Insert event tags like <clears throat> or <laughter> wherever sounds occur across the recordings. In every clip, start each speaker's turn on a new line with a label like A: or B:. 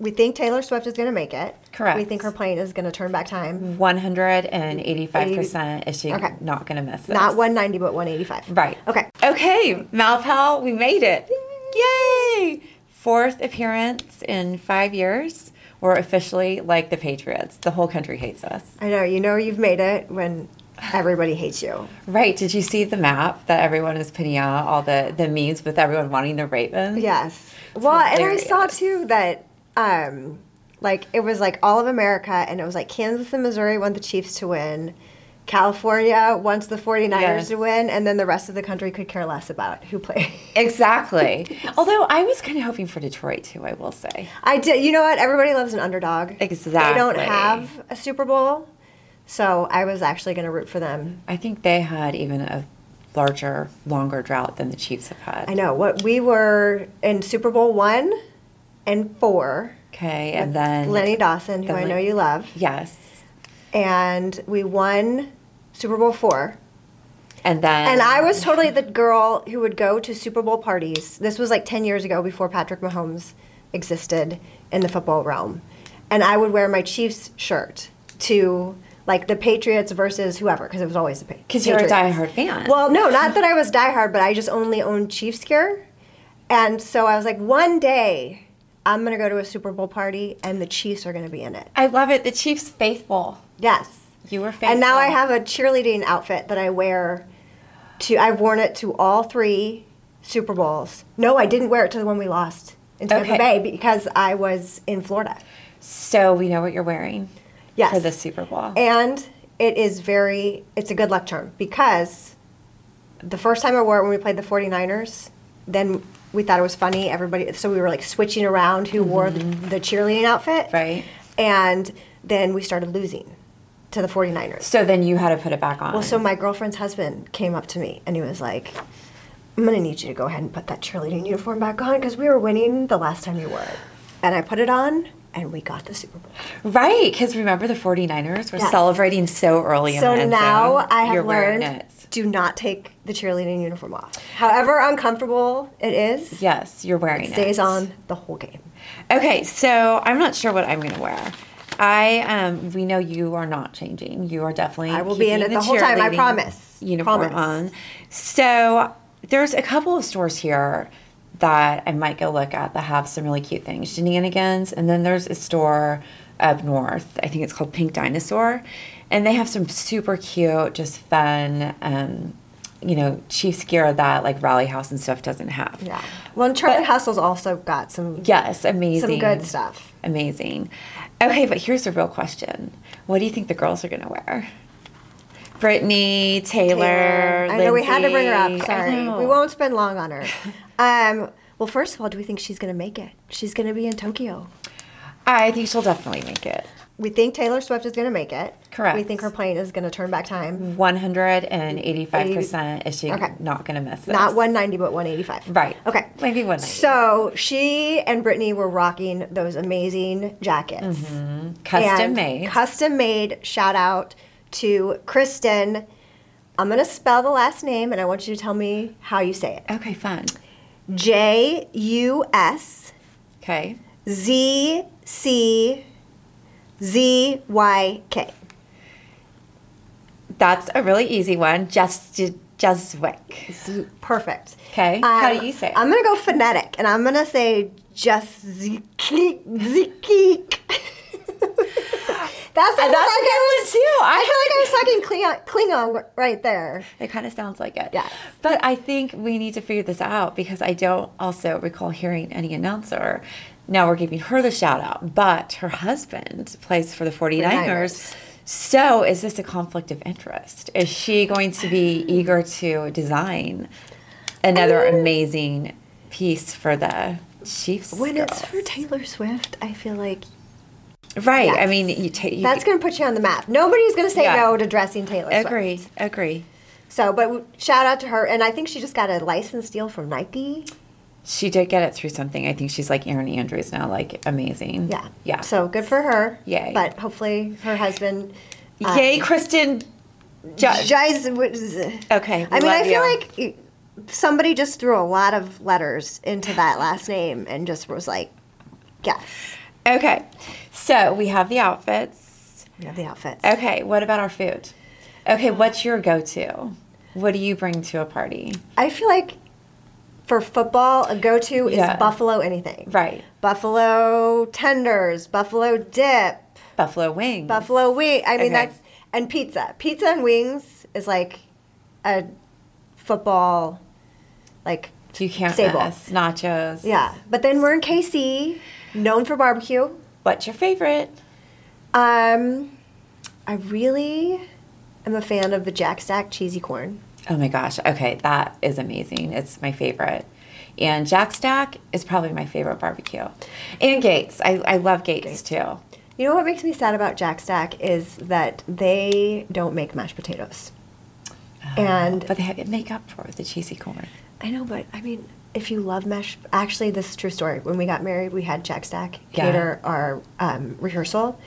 A: we think Taylor Swift is going to make it. We
B: Correct.
A: think her plane is going to turn back time.
B: 185% is she
A: Okay.
B: not going to miss this?
A: Not 190, but 185.
B: Right.
A: Okay.
B: Okay, Malpal, we made it. Yay! Fourth appearance in five years. We're officially like the Patriots. The whole country hates us.
A: I know. You know you've made it when everybody hates
B: <sighs>
A: you.
B: Right. Did you see the map that everyone is putting out? All the, the memes with everyone wanting the Ravens?
A: Yes. Well, and I saw
B: hilarious.
A: too that, um, like, it was like all of America, and it was like Kansas and Missouri want the Chiefs to win. California wants the 49ers
B: Yes.
A: to win, and then the rest of the country could care less about who played.
B: Exactly. Although I was kind of hoping for Detroit too, I will say.
A: <laughs> I did. You know what? Everybody loves an underdog. They don't
B: Exactly.
A: have a Super Bowl, so I was actually going to root for them.
B: I think they had even a larger, longer drought than the Chiefs have had.
A: I know what we were in Super Bowl one and four.
B: Okay, and then
A: Lenny Dawson, who
B: then
A: I
B: Len-
A: know you love,
B: Yes,
A: and we won Super Bowl four.
B: and then
A: And I was totally the girl who would go to Super Bowl parties. This was like 10 years ago before Patrick Mahomes existed in the football realm. And I would wear my Chiefs shirt to like the Patriots versus whoever because it was always the Pa- Patriots.
B: 'Cause you're a diehard fan.
A: Well, no, not that I was diehard, but I just only owned Chiefs gear. And so I was like, one day I'm going to go to a Super Bowl party and the Chiefs are going to be in it.
B: I love it. The Chiefs faithful.
A: Yes.
B: You were faithful,
A: And now I have a cheerleading outfit that I wear to. I've worn it to all three Super Bowls. No, I didn't wear it to the one we lost in Tampa
B: Okay.
A: Bay because I was in Florida.
B: So we know what you're wearing.
A: Yes.
B: For the Super Bowl.
A: And it is very. It's a good luck charm because the first time I wore it when we played the 49ers, then we thought it was funny. Everybody, so we were like switching around who wore the, the cheerleading outfit,
B: Right.
A: And then we started losing to the 49ers.
B: so then you had to put it back on.
A: Well, so my girlfriend's husband came up to me and he was like, I'm going to need you to go ahead and put that cheerleading uniform back on because we were winning the last time you wore it. And I put it on and we got the Super Bowl.
B: right, because remember the 49ers were
A: Yes.
B: celebrating so early in the
A: So
B: end
A: now
B: zone.
A: I have
B: You're wearing
A: learned
B: it.
A: do not take the cheerleading uniform off. However uncomfortable it is,
B: Yes, you're wearing it.
A: it stays on the whole game.
B: Okay, so I'm not sure what I'm going to wear. I um, we know you are not changing. You are definitely.
A: I will be in
B: keeping
A: it the whole time, I
B: cheerleading
A: promise.
B: Uniform
A: Promise.
B: on. So there's a couple of stores here that I might go look at that have some really cute things, shenanigans, and then there's a store up north. I think it's called Pink Dinosaur, and they have some super cute, just fun. Um, you know, Chiefs gear that like Rally House and stuff doesn't have.
A: Yeah. Well, and Charlie Hustle's also got some
B: Yes, amazing.
A: some good stuff.
B: Amazing. Okay, but here's a real question. What do you think the girls are going to wear? Brittany, Taylor,
A: Taylor. I know we had to bring her
B: Lindsay.
A: up.
B: I
A: Sorry,
B: know.
A: we won't spend long on
B: <laughs>
A: her. Um, well, first of all, do we think she's going to make it? She's going to be in Tokyo.
B: I think she'll definitely make it.
A: We think Taylor Swift is going to make it.
B: Correct.
A: We think her plane is going to turn back time.
B: 185% is she
A: Okay.
B: not going to miss this.
A: Not 190, but 185.
B: Right.
A: Okay.
B: Maybe 190.
A: So she and Brittany were rocking those amazing jackets.
B: Mm-hmm. Custom
A: And
B: made.
A: Custom made. Shout out to Kristen. I'm going to spell the last name and I want you to tell me how you say it.
B: okay, fun.
A: J U S.
B: Okay.
A: Z C Z Y K.
B: That's a really easy one. Just Jeswick.
A: Perfect.
B: 'Kay.
A: Um,
B: How do you say it?
A: I'm gonna go phonetic, and I'm gonna say just ziki ziki. <laughs> That's I
B: that's
A: like
B: a good
A: I
B: one,
A: was,
B: too. I
A: I feel like I was talking Klingon, Klingon right there.
B: It kind of sounds like it.
A: Yes.
B: But I think we need to figure this out because I don't also recall hearing any announcer. Now we're giving her the shout out, but her husband plays for the 49ers.
A: 49ers.
B: So is this a conflict of interest? Is she going to be eager to design another amazing piece for the Chiefs?
A: When it's
B: girls?
A: for Taylor Swift, I feel like
B: right. I
A: Yes.
B: mean, you take.
A: that's gonna put you on the map. Nobody's gonna say
B: Yeah.
A: no to dressing Taylor Swift.
B: agree. Agree.
A: So, but w- shout out to her, and I think she just got a license deal from Nike.
B: She did get it through something. I think she's like Erin Andrews now, like amazing.
A: Yeah.
B: Yeah.
A: So good for her.
B: Yay.
A: But hopefully her husband. Uh,
B: Yay, Kristen. Ju-
A: Jais, okay.
B: okay.
A: I mean, I
B: love
A: feel
B: you.
A: like y- somebody just threw a lot of letters into that last name and just was like, yes.
B: Okay. So we have the outfits.
A: We have the outfits.
B: Okay. What about our food? Okay. What's your go to? What do you bring to a party?
A: I feel like for football, a go to is
B: Yeah.
A: buffalo anything.
B: Right.
A: Buffalo tenders, buffalo dip,
B: Buffalo wings.
A: buffalo wing. I mean,
B: Okay.
A: that's. And pizza. Pizza and wings is like a football, like,
B: You can't
A: Sable.
B: miss. Nachos.
A: yeah. But then we're in KC, known for barbecue.
B: What's your favorite?
A: Um, I really am a fan of the Jack Stack cheesy corn.
B: Oh my gosh. Okay. That is amazing. It's my favorite. And Jack Stack is probably my favorite barbecue. And Gates. I, I love Gates too.
A: You know what makes me sad about Jack Stack is that they don't make mashed potatoes.
B: Oh.
A: and
B: But they have, make up for it with the cheesy corn.
A: I know, but I mean, if you love mashed, actually, this is a true story. When we got married, we had Jack Stack
B: Yeah.
A: cater our um, rehearsal,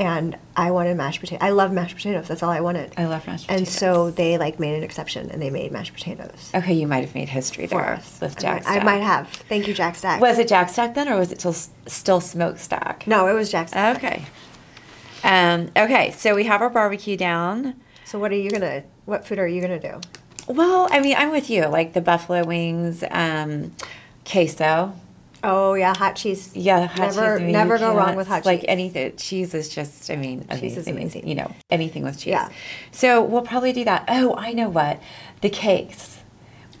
A: and I wanted mashed potatoes. I love mashed potatoes. That's all I wanted.
B: I love mashed
A: And
B: potatoes.
A: so they like made an exception, and they made mashed potatoes
B: Okay, you might have made history
A: for
B: there
A: us.
B: with
A: I
B: Jack
A: might- I
B: Stack.
A: might have. Thank you, Jack Stack.
B: Was it Jack Stack then, or was it till, still Smokestack?
A: no, it was Jack Stack.
B: Okay. Um, okay, so we have our barbecue down.
A: So what are you gonna? What food are you gonna do?
B: Well, I mean, I'm with you. Like the buffalo wings, um, queso.
A: Oh yeah, hot cheese.
B: Yeah, hot
A: never,
B: cheese. I mean, you
A: never go wrong
B: can't-
A: with hot
B: Like
A: cheese.
B: anything, cheese is just. I mean, amazing.
A: Cheese is amazing.
B: You know, anything with cheese.
A: Yeah.
B: So we'll probably do that. Oh, I know what the cakes.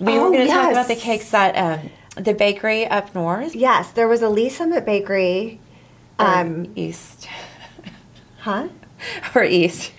B: We were
A: Oh,
B: going to talk about the
A: yes.
B: cakes that um, the bakery up north,
A: Yes, there was a Lee Summit Bakery.
B: or
A: Um,
B: east. <laughs>
A: huh?
B: or east.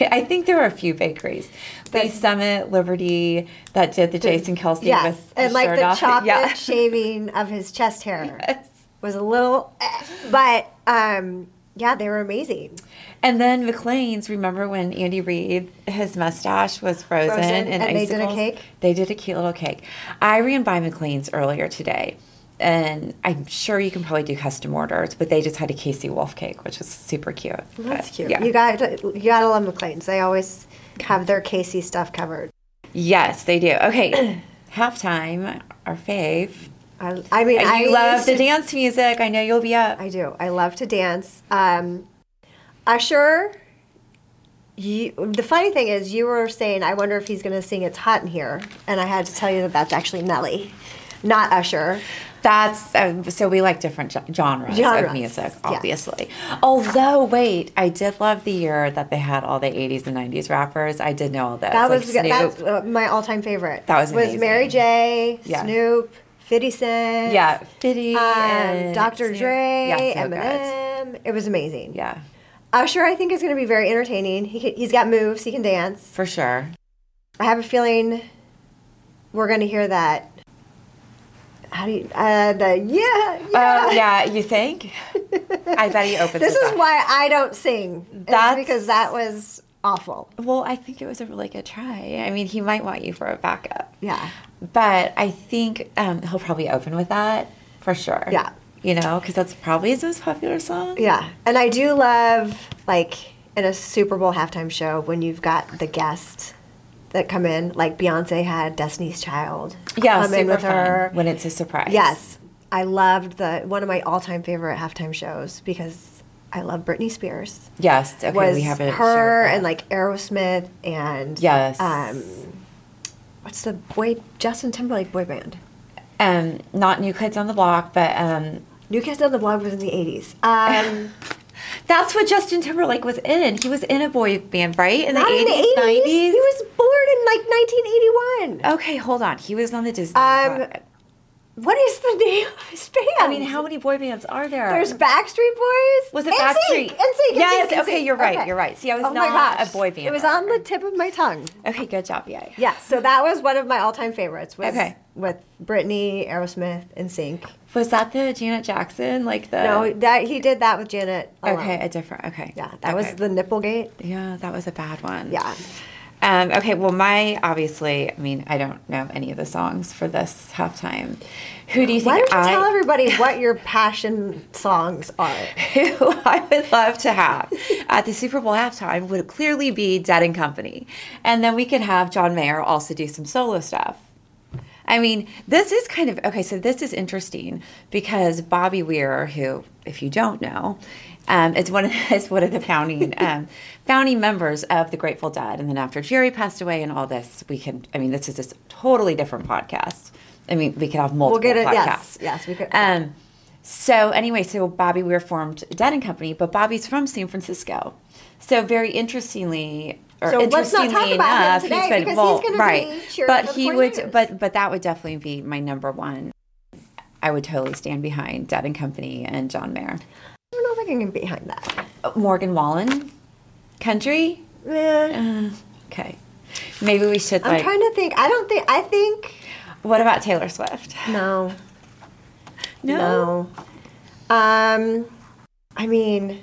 B: I think there were a few bakeries. The Summit Liberty that did the Jason Kelsey
A: Yes,
B: with
A: and like
B: shirt
A: the
B: off. <laughs>
A: chocolate
B: Yeah.
A: shaving of his chest hair
B: <laughs> Yes.
A: was a little, eh, but um, yeah, they were amazing.
B: And then McLean's. Remember when Andy Reid his mustache was frozen,
A: Frozen,
B: and,
A: and they did a
B: icicles?
A: cake?
B: They did a cute little cake. I ran by McLean's earlier today, and I'm sure you can probably do custom orders, but they just had a Casey Wolf cake, which was super cute.
A: That's
B: But,
A: cute.
B: yeah.
A: You got you gotta love McLean's. They always have their Casey stuff covered.
B: yes, they do. Okay, <clears throat> halftime, our fave.
A: I, I mean, I
B: you love
A: used to
B: the dance music. I know you'll be up.
A: I do. I love to dance. Um, Usher, you, the funny thing is, you were saying, I wonder if he's going to sing It's Hot in Here. And I had to tell you that that's actually Nelly, not Usher.
B: That's um, so we like different gen- genres,
A: Genres,
B: of music,
A: yes.
B: obviously. Although, wait, I did love the year that they had all the '80s and '90s rappers. I did know all those.
A: That
B: like
A: was
B: Snoop.
A: that's uh, my all time favorite.
B: That was
A: was
B: amazing.
A: Mary J,
B: Yeah.
A: Snoop, 50 Cent,
B: yeah, Fitty,
A: um,
B: and
A: Dr.
B: Snoop.
A: Dre,
B: yeah, so good.
A: Eminem. It was amazing.
B: yeah,
A: Usher, I think, is going to be very entertaining. He can, he's got moves, he can dance. <laughs>
B: for sure.
A: I have a feeling we're going to hear that. How do you, uh, the yeah, yeah.
B: Oh yeah, you think? I bet he opens.
A: This
B: with
A: is
B: that.
A: why I don't sing. That's
B: That's-
A: because that was awful.
B: Well, I think it was a really good try. I mean, he might want you for a backup.
A: Yeah.
B: But I think um, he'll probably open with that for sure.
A: Yeah.
B: You know, because that's probably his most popular song.
A: Yeah. And I do love, like, in a Super Bowl halftime show when you've got the guests that come in, like Beyonce had Destiny's Child
B: Yeah,
A: come
B: super
A: in with
B: fun
A: her.
B: when it's a surprise.
A: Yes. I loved the one of my all time favorite halftime shows because I love Britney Spears.
B: Yes. Okay,
A: was
B: we haven't
A: her
B: shared
A: and
B: that.
A: like Aerosmith and
B: Yes.
A: um, what's the boy Justin Timberlake boy band?
B: um not new kids on the block, but um
A: New Kids on the Block was in the
B: <laughs>
A: eighties. Um,
B: that's what Justin Timberlake was in. He was in a boy band, right? In
A: not
B: the
A: in the
B: eighties,
A: eighties. He
B: nineties.
A: was born in like nineteen eighty one.
B: Okay, hold on. He was on the Disney.
A: Um,
B: one.
A: What is the <laughs> name of his band?
B: I mean, how many boy bands are there?
A: um, There's Backstreet Boys.
B: Was it
A: NSYNC,
B: Backstreet?
A: NSYNC, NSYNC,
B: Yes,
A: NSYNC.
B: okay, you're right, you're right. See, I was
A: oh my
B: not
A: gosh.
B: a boy band
A: It was
B: rocker.
A: on the tip of my tongue.
B: <laughs> okay, good job, yay.
A: Yeah, so that was one of my all-time favorites. Was
B: Okay.
A: with Britney, Aerosmith, and Sync.
B: Was that the Janet Jackson? Like the
A: No, that he did that with Janet. alone.
B: Okay, a different okay.
A: Yeah, that was
B: Okay.
A: the Nipplegate.
B: Yeah, that was a bad one.
A: Yeah.
B: Um, okay, well, my obviously, I mean, I don't know any of the songs for this halftime. Who do you
A: Why
B: think
A: don't you
B: I
A: tell everybody what your passion songs are?
B: who <laughs> I would love to have at the Super Bowl halftime would clearly be Dead and Company, and then we could have John Mayer also do some solo stuff. I mean, this is kind of okay. So this is interesting because Bobby Weir, who, if you don't know, um, is one of is one of
A: <laughs>
B: the <laughs> founding um, founding members of the Grateful Dead, and then after Jerry passed away and all this, we can. I mean, this is a totally different podcast. I mean, we could have multiple
A: get it-
B: podcasts.
A: yes, yes, we could.
B: Um, so anyway, so Bobby Weir formed Dead and Company, but Bobby's from San Francisco. So very interestingly, or
A: So let's not
B: interestingly
A: talk about him
B: enough,
A: today
B: he's been
A: because he's
B: well,
A: gonna be
B: right.
A: cheering
B: but
A: for the
B: he would,
A: 49ers.
B: but but that would definitely be my number one. I would totally stand behind Dead and Company and John Mayer,
A: I don't know if I can get behind that.
B: Uh, Morgan Wallen, Country.
A: Eh,
B: Uh, okay, maybe we should
A: I'm
B: like.
A: trying to think. I don't think. I think
B: what about Taylor Swift?
A: no, no. Um, I mean,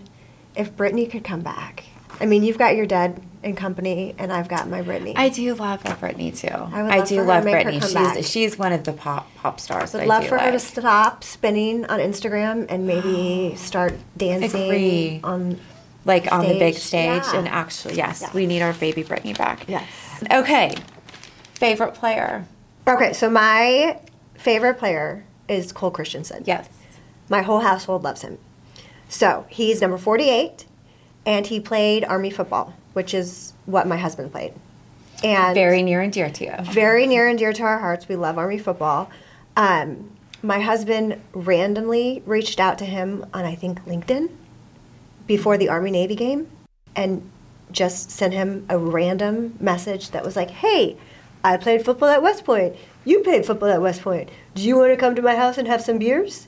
A: if Britney could come back, I mean, you've got your dead and company, and I've got my Britney.
B: I do love Britney too. I,
A: would love
B: do
A: for her to
B: love
A: make her
B: Britney.
A: come
B: She's
A: back.
B: she's one of the pop pop stars.
A: would
B: that I
A: love
B: do
A: for her to
B: like.
A: stop spinning on Instagram and
B: <gasps>
A: maybe start dancing
B: Agree.
A: on
B: like on the big
A: Stage,
B: stage
A: yeah.
B: and actually yes
A: Yeah.
B: we need our baby Britney back
A: Yes.
B: okay favorite player
A: Okay, so my favorite player is Cole Christensen.
B: yes
A: My whole household loves him. So he's number 48, and he played Army football, which is what my husband played. And
B: very near and dear to you
A: very near and dear to our hearts. We love Army football. Um, my husband randomly reached out to him on, I think, LinkedIn before the Army Navy game and just sent him a random message that was like, hey, I played football at West Point. You played football at West Point. Do you want to come to my house and have some beers?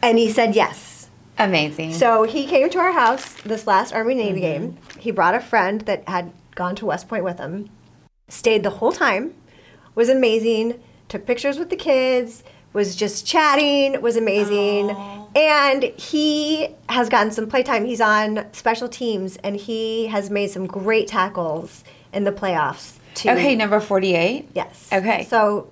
A: And he said yes.
B: amazing
A: So he came to our house this last Army
B: Mm-hmm.
A: Navy game. He brought a friend that had gone to West Point with him, stayed the whole time, was amazing, took pictures with the kids, was just chatting, was amazing. And he has gotten some playtime. He's on special teams and he has made some great tackles in the playoffs. Too.
B: okay number 48
A: Yes.
B: Okay.
A: So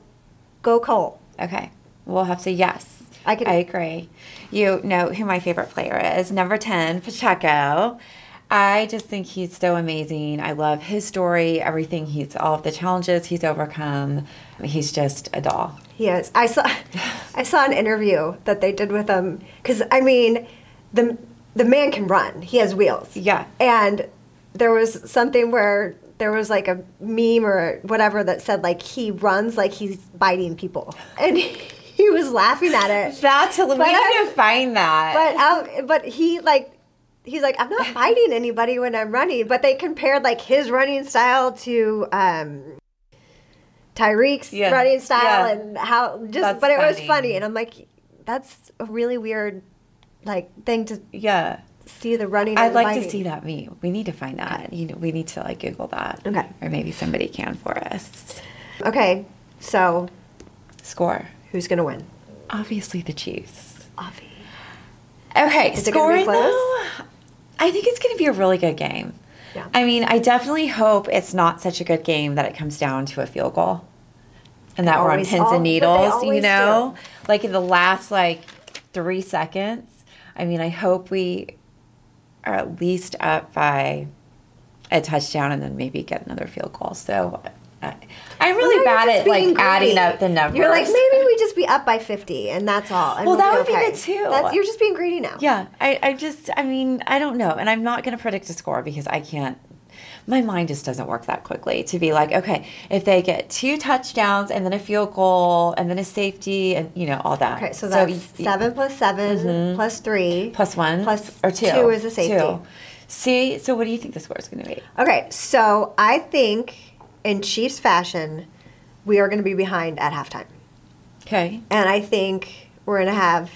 A: go Cole.
B: okay we'll have to yes
A: I could-
B: I agree you know who my favorite player is number 10 Pacheco I just think he's so amazing. I love his story, everything he's all of the challenges he's overcome. He's just a doll.
A: Yes, I saw. I saw an interview that they did with him because I mean, the the man can run. He has wheels.
B: Yeah.
A: And there was something where there was like a meme or whatever that said like he runs like he's biting people, and <laughs> he was laughing at it.
B: That's hilarious. We
A: But I-
B: have to find that.
A: But um, but he like. He's like, I'm not biting anybody when I'm running, but they compared like his running style to um, Tyreek's
B: Yeah.
A: running style,
B: Yeah.
A: and how just
B: That's
A: but it was
B: funny.
A: funny and i'm like that's a really weird like thing to
B: Yeah.
A: see the running
B: I'd like to see that meme. We need to find that. You know, we need to like Google that.
A: Okay.
B: Or maybe somebody can for us.
A: that okay so
B: Score.
A: who's gonna win
B: Obviously the Chiefs.
A: Avi.
B: Okay,
A: Is it gonna be
B: scoring
A: close?
B: though. I think it's going to be a really good game.
A: Yeah.
B: I mean, I definitely hope it's not such a good game that it comes down to a field goal, and that we're on
A: always-
B: pins
A: all- but
B: and
A: they
B: needles. You
A: always
B: know, like in the last like three seconds. I mean, I hope we are at least up by a touchdown, and then maybe get another field goal. So. I- I'm really
A: Well, now
B: bad
A: you're
B: at
A: just
B: like
A: being
B: adding
A: greedy.
B: up the numbers.
A: you're like maybe we just be up by 50 and that's all and
B: Well, that would
A: be
B: be
A: okay.
B: good, too.
A: that's, you're just being greedy now
B: Yeah, I, I just, I mean, I don't know. And I'm not going to predict a score because I can't, my mind just doesn't work that quickly to be like, okay, if they get two touchdowns and then a field goal and then a safety and, you know, all that.
A: okay so that's
B: y- Mm-hmm.
A: seven plus seven plus three
B: Plus one.
A: plus
B: or two.
A: two is a safety.
B: See, so what do you think the score is going to be?
A: okay so i think in chiefs fashion we are going to be behind at halftime
B: Okay.
A: And I think we're going to have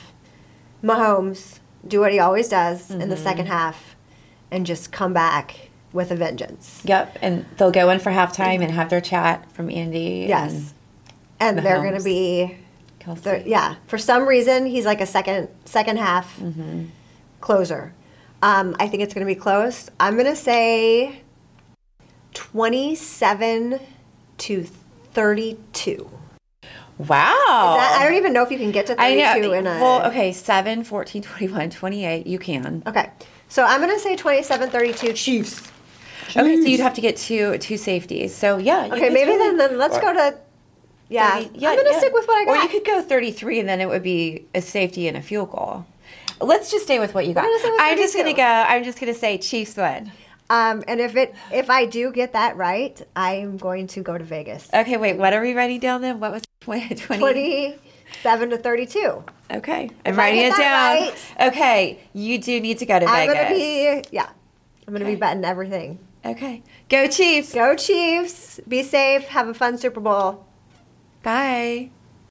A: Mahomes do what he always does in
B: Mm-hmm.
A: the second half and just come back with a vengeance.
B: Yep. And they'll go in for halftime and have their chat from Andy.
A: Yes. And they're going to
B: Mm-hmm. Mahomes.
A: be
B: And Kelsey.
A: they're- yeah, for some reason he's like a second second half
B: Mm-hmm.
A: closer. Um, I think it's going to be close. I'm going to say 27 to 32.
B: Wow.
A: That- I don't even know if you can get to
B: Um, I
A: 32
B: know.
A: in a
B: Well, okay, 7, 14, 21, 28. You can.
A: Okay. So I'm going to say 27-32 Chiefs.
B: Okay, so you'd have to get two two safeties. So yeah. you
A: Okay,
B: could
A: maybe
B: totally-
A: then, then let's
B: or-
A: go to Yeah. I'm gonna stick with what I
B: Or
A: got.
B: you could go 33, and then it would be a safety and a field goal. Let's just stay with what you got.
A: gonna stay with
B: I'm just
A: 32.
B: gonna go. I'm just gonna say Chiefs win.
A: Um, and if it if I do get that right, I am going to go to Vegas.
B: Okay, wait. What are we writing down then? What was <laughs> 20? 20?
A: Twenty-seven to thirty-two.
B: Okay, I'm
A: I
B: writing
A: get
B: it down.
A: that
B: Okay, you do need to go to
A: I'm
B: Vegas.
A: gonna be yeah. I'm gonna
B: Okay.
A: be betting everything.
B: okay, go Chiefs.
A: Go Chiefs! Be safe. Have a fun Super Bowl.
B: Bye.